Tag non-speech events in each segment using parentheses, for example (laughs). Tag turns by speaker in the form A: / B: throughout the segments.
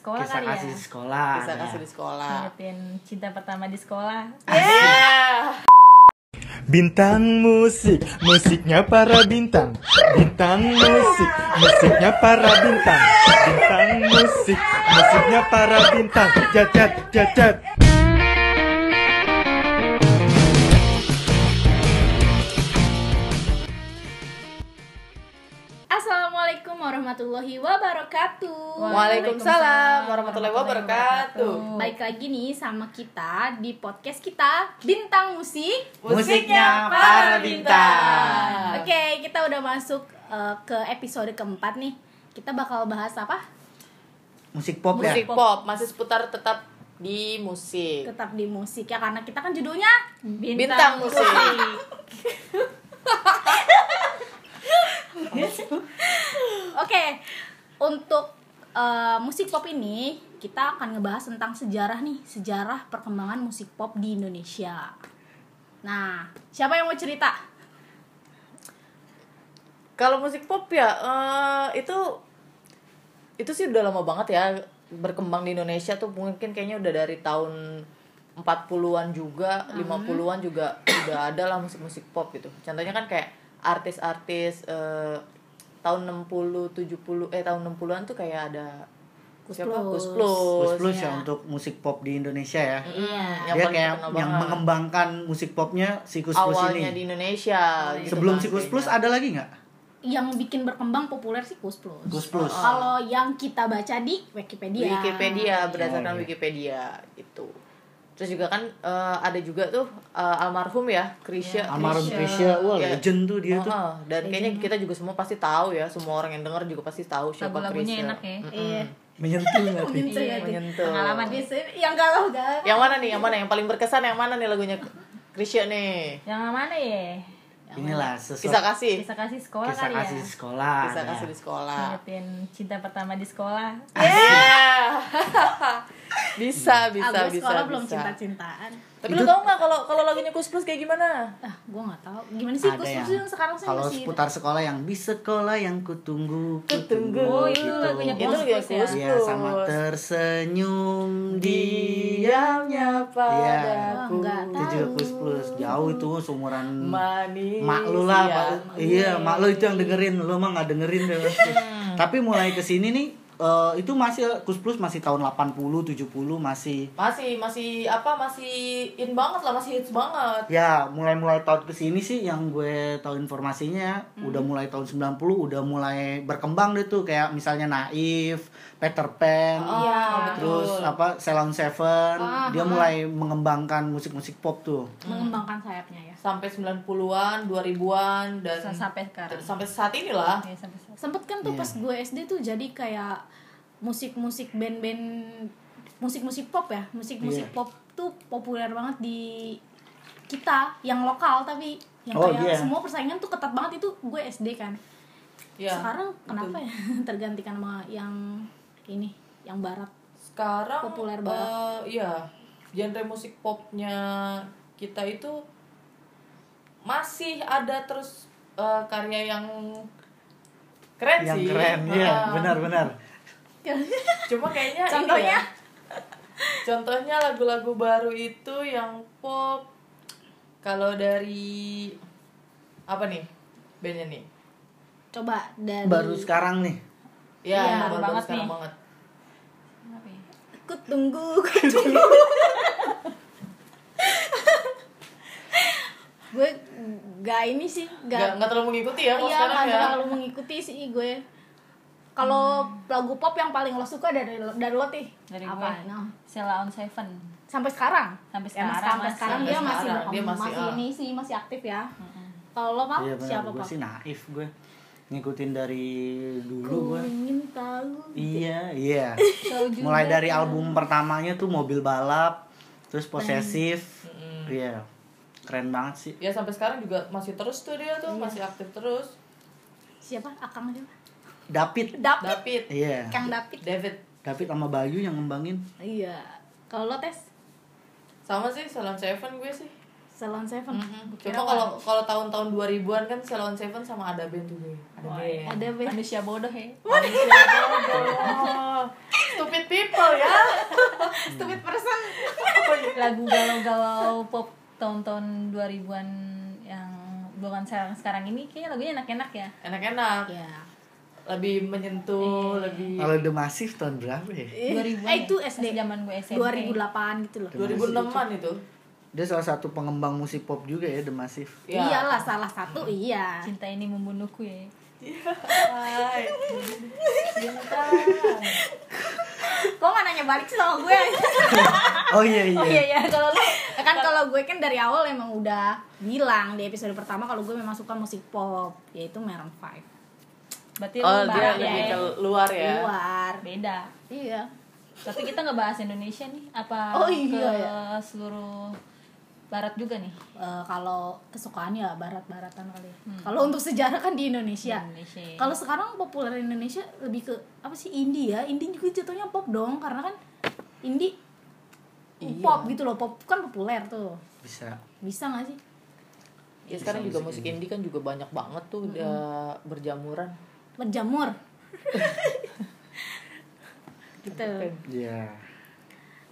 A: sekolah
B: kisah
A: kali ya
B: kasih di sekolah
C: Bisa
B: ada.
C: kasih di sekolah. Eh,
A: Ngingetin cinta pertama di sekolah
C: Yeah.
D: Bintang musik, musiknya para bintang. Bintang musik, musiknya para bintang. Bintang musik, musiknya para bintang. Jajat, jajat.
E: Assalamualaikum warahmatullahi wabarakatuh.
C: Waalaikumsalam warahmatullahi wabarakatuh.
E: Baik lagi nih sama kita di podcast kita Bintang Musik.
B: Musiknya para bintang.
E: Oke, kita udah masuk eh, ke episode keempat nih. Kita bakal bahas apa?
B: musik pop
C: Musik
B: ya
C: pop masih seputar tetap di musik.
E: Tetap di musik ya karena kita kan judulnya
C: Bintang musik.
E: Oke, untuk eh, musik pop ini kita akan ngebahas tentang sejarah nih, sejarah perkembangan musik pop di Indonesia. Nah, siapa yang mau cerita?
C: Kalau musik pop ya eh, itu itu sih udah lama banget ya berkembang di Indonesia tuh mungkin kayaknya udah dari tahun 40-an juga,
E: Hmm.
C: 50-an juga udah ada lah musik-musik pop gitu. Contohnya kan kayak artis-artis eh, tahun 60 70 eh tahun 60-an tuh kayak ada siapa? Kus
E: Kus Plus.
B: Plus plus ya
E: ya.
B: untuk musik pop di Indonesia ya
E: Iya.
C: Yang
B: dia
C: paling
B: kayak
C: terkenal
B: yang
C: banget.
B: mengembangkan musik popnya si Kus Plus
C: awalnya di
B: ini
C: Indonesia
E: Oh, iya.
C: gitu
B: sebelum
C: kan,
B: si Kus Plus
C: kayaknya.
B: ada lagi nggak
E: Yang bikin berkembang populer sih Kus Plus. Oh.
B: Kus Plus
E: Kalau yang kita baca di
A: Iya.
E: Wikipedia.
C: Wikipedia berdasarkan
B: Oh, iya.
C: Wikipedia itu terus juga kan eh, ada juga tuh eh, almarhum ya
A: Iya.
C: Krisya
B: almarhum Krisya wah
C: Ya.
B: legend tuh dia
C: Oh,
B: tuh
C: oh. dan kayaknya kita juga semua pasti tahu ya semua orang yang dengar juga pasti tahu siapa
A: Lagu-lagunya
C: Krisya
A: enak ya.
C: Mm-mm.
E: Iya.
B: menyentuh nanti
E: Gitu ya, tuh.
C: menyentuh
A: Pengalaman.
E: Biasanya yang galau galau.
C: yang mana nih yang mana yang paling berkesan yang mana nih lagunya Krisya nih
A: yang mana ya
B: inilah sesuatu
C: kisah kasih
A: kisah kasih sekolah
B: kisah
A: kali
B: kasih
A: ya
B: di sekolah
C: kisah
B: ada.
C: kasih di sekolah
A: Ngingetin cinta pertama di sekolah
C: Yeah.
B: Iya.
C: bisa bisa
E: Ah, gua
C: bisa
E: sekolah belum
C: bisa
E: cinta-cintaan.
C: tapi lu tau nggak kalau kalau lagunya Kus Plus kayak gimana
E: Ah, gua nggak tahu. Gimana sih
B: ada
E: Kus
B: yang
E: Plus yang sekarang sih
B: kalau
E: masih
B: seputar sekolah yang di sekolah yang kutunggu
C: Kutunggu.
A: oh itu
B: gitu.
A: lagunya
C: Itu
A: Kus
C: lagunya
A: Plus ya
C: Kus.
B: Iya sama tersenyum dia
C: diamnya
E: Oh,
B: padaku.
A: Iya.
E: enggak
B: itu
E: tahu.
B: juga plus plus jauh itu seumuran
C: manis
B: mak lu lah
C: ya.
B: Pak. iya mak lu itu yang dengerin lu mah nggak dengerin deh pasti. tapi mulai kesini nih eh, itu masih kus plus masih tahun 80 70 masih
C: masih masih apa masih in banget lah masih hits banget
B: ya mulai-mulai tahun kesini sih yang gue tahu informasinya udah mulai tahun 90 udah mulai berkembang deh tuh kayak misalnya Naif, Peter Pan,
C: Iya,
B: terus
C: betul.
B: apa Ceylon Seven, dia mulai mengembangkan musik-musik pop tuh.
E: mengembangkan sayapnya ya.
C: sampai 90-an 2000-an dan
A: S- sampai sekarang
C: ter- sampai saat inilah
A: Iya, sampai sekarang.
E: Sempet kan tuh
B: Iya.
E: pas gue SD tuh jadi kayak musik-musik band-band musik-musik pop ya, musik-musik
B: Iya.
E: pop tuh populer banget di kita yang lokal tapi yang
B: Oh,
E: kayak
B: iya.
E: semua persaingan tuh ketat banget itu gue SD kan.
C: ya
E: Sekarang kenapa ya (laughs) tergantikan sama yang ini, yang barat.
C: sekarang
E: Populer
C: eh, iya genre musik popnya kita itu masih ada terus eh, karya yang keren
B: Yang
C: sih
B: keren, iya
C: Ah.
B: benar-benar.
C: Cuma kayaknya ini
E: Contohnya?
C: ya. Contohnya lagu-lagu baru itu yang pop. Kalau dari apa nih? Bandnya nih.
E: Coba dari
B: Baru sekarang nih.
C: Ya,
A: Iya,
C: baru
A: baru banget
C: sekarang
A: nih.
C: banget.
A: Apa ya?
E: Ku
B: (laughs)
E: tunggu, ku tunggu. gue gak ini sih,
C: Nggak,
E: gak,
C: nggak terlalu mengikuti ya kalau
E: iya
C: sekarang
E: gak
C: ya. Hmm.
E: terlalu mengikuti sih gue. Kalau lagu pop yang paling lo suka dari lo- dari lo tih
A: dari
E: apa?
A: gue
E: No.
A: Sheila on Seven
E: Sampai sekarang.
A: Sampai
E: Ya,
A: sekarang
E: mas- sampai
A: masih.
E: sekarang
C: Sampai
E: dia masih
C: sekarang,
E: berkembang,
C: dia masih,
E: masih,
C: ah.
E: ini sih masih aktif ya. Kalau lo pak
B: Iya benar.
E: Ah, siapa
B: Gue
E: pak?
B: sih naif gue. Ngikutin dari dulu
E: Ku
B: gue.
E: ingin tahu.
B: Iya, iya.
A: Tahu juga.
B: Mulai dari album pertamanya tuh Mobil Balap, terus Posesif. Iya. Keren banget sih.
C: Ya sampai sekarang juga masih terus tuh dia tuh, masih aktif terus.
E: Siapa? Akang siapa?
B: David.
E: David.
C: David,
B: Iya.
E: Kang David.
C: David
B: David sama Bayu yang ngembangin.
E: Iya. Kalau lo tes?
C: sama sih Salon Seven gue sih.
E: Salon Seven.
C: Coba kalau kalau tahun-tahun 2000-an kan Salon Seven sama ada band tuh gue. Ada band.
E: Ada band.
A: manusia bodoh ya
C: Oh, (laughs) stupid people ya. (laughs)
E: Stupid person.
A: lagu galau-galau pop tahun-tahun 2000-an yang bukan sekarang sekarang ini kayaknya lagunya enak-enak ya
C: Enak-enak.
E: Ya.
C: Lebih menyentuh, lebih
B: Kalau The Massive tahun berapa ya?
A: 2000
E: Eh, itu SD.
A: zaman gue SMP
E: 2008 gitu loh.
C: 2006-an itu.
B: Dia salah satu pengembang musik pop juga ya The Massive.
C: Ya.
E: Iyalah salah satu iya.
A: cinta ini membunuhku ya
C: (laughs) Hai. Cinta.
E: Kok nggak nanya balik sih sama
C: (laughs)
E: gue?
B: Oh iya
E: oh iya
B: iya.
E: iya kalau lu kan kalau gue kan dari awal emang udah bilang di episode pertama kalau gue memang suka musik pop yaitu Maroon 5.
A: berarti
C: Oh,
A: lu
C: dia
A: barang
C: lebih
A: ya.
C: ke luar ya.
E: Luar.
A: beda
E: Iya.
A: tapi kita nggak bahas Indonesia nih apa
E: Oh, iya,
A: ke
E: ya.
A: seluruh barat juga nih
E: Eh, kalau kesukaan ya barat-baratan kali. ya. Kalau untuk sejarah kan di Indonesia.
A: Indonesia
E: Kalau sekarang populer Indonesia lebih ke apa sih indie ya? Indie juga jatuhnya pop dong karena kan indie pop gitu loh. Pop kan populer tuh.
B: Bisa.
E: Bisa nggak sih?
C: Ya sekarang juga musik indie kan juga banyak banget tuh udah berjamuran.
E: Berjamur. gitu.
B: Iya.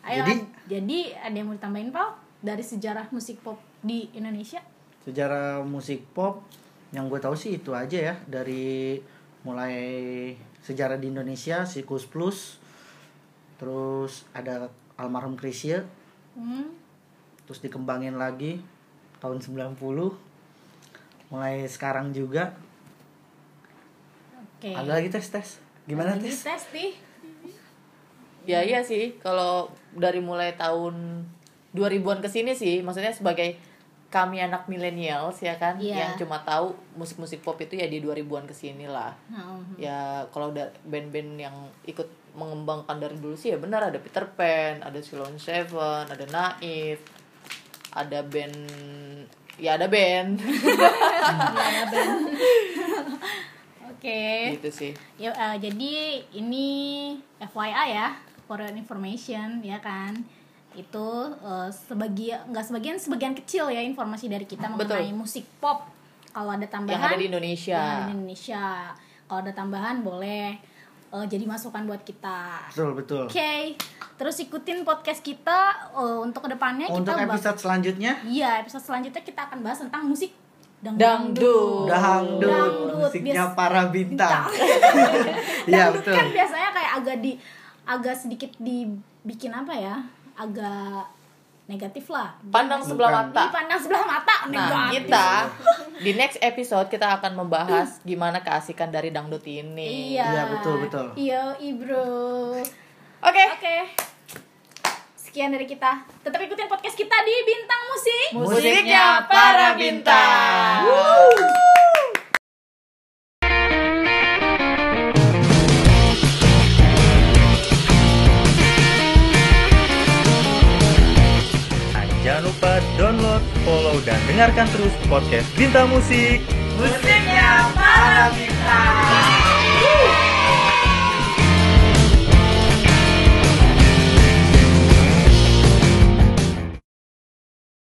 E: Ayo,
B: Jadi-
E: jadi, jadi ada yang mau ditambahin, Pau? Dari sejarah musik pop di Indonesia?
B: Sejarah musik pop yang gue tahu sih itu aja ya dari mulai sejarah di Indonesia Sikus Plus terus ada almarhum Krisye
E: Hmm.
B: terus dikembangin lagi tahun 90 mulai sekarang juga
E: Oke.
B: ada lagi tes tes gimana
E: Lagi
B: tes
E: tes nih.
C: Ya iya sih, kalau dari mulai tahun 2000-an ke sini sih, maksudnya sebagai kami anak milenials ya kan,
E: Iya.
C: yang cuma tahu musik-musik pop itu ya di 2000-an ke sini lah.
E: Hmm.
C: Ya kalau da- band-band yang ikut mengembangkan dari dulu sih ya benar ada Peter Pan, ada Silon Seven, ada Naif, ada band ya ada band
E: Oke.
C: gitu sih.
E: Ya, eh, jadi ini FYI ya, for your information ya kan. Itu sebagian nggak sebagian sebagian kecil ya informasi dari kita
C: Betul.
E: mengenai musik pop. Kalau ada
C: Yang
E: tambahan
C: ada di Indonesia.
E: yang ada di Indonesia. Kalau ada tambahan boleh eh, jadi masukan buat kita.
B: betul betul
E: Oke. Terus ikutin podcast kita eh, untuk kedepannya
B: Oh, untuk
E: kita bak-
B: episode selanjutnya
E: Iya, episode selanjutnya kita akan bahas tentang musik
C: Dangdut.
B: dangdut
E: Oh. Dangdut,
B: musiknya
E: bias-
B: para bintang (laughs) iya
E: Dangdut
B: betul
E: kan biasanya kayak agak di agak sedikit dibikin apa ya? Agak negatif lah.
C: Pandang sebelah
B: Bukan.
C: mata.
E: Dipandang sebelah mata.
C: Nah,
E: Negatif.
C: kita di next episode kita akan membahas gimana keasikan dari dangdut ini.
E: Iya.
B: Iya, betul, betul.
E: Iya, Ibro.
C: Oke.
E: Oke. Sekian dari kita. Tetap ikutin podcast kita di Bintang Musik.
C: Musiknya para bintang.
D: Jangan lupa download, follow, dan dengarkan terus podcast Bintang Musik.
C: Musiknya para bintang.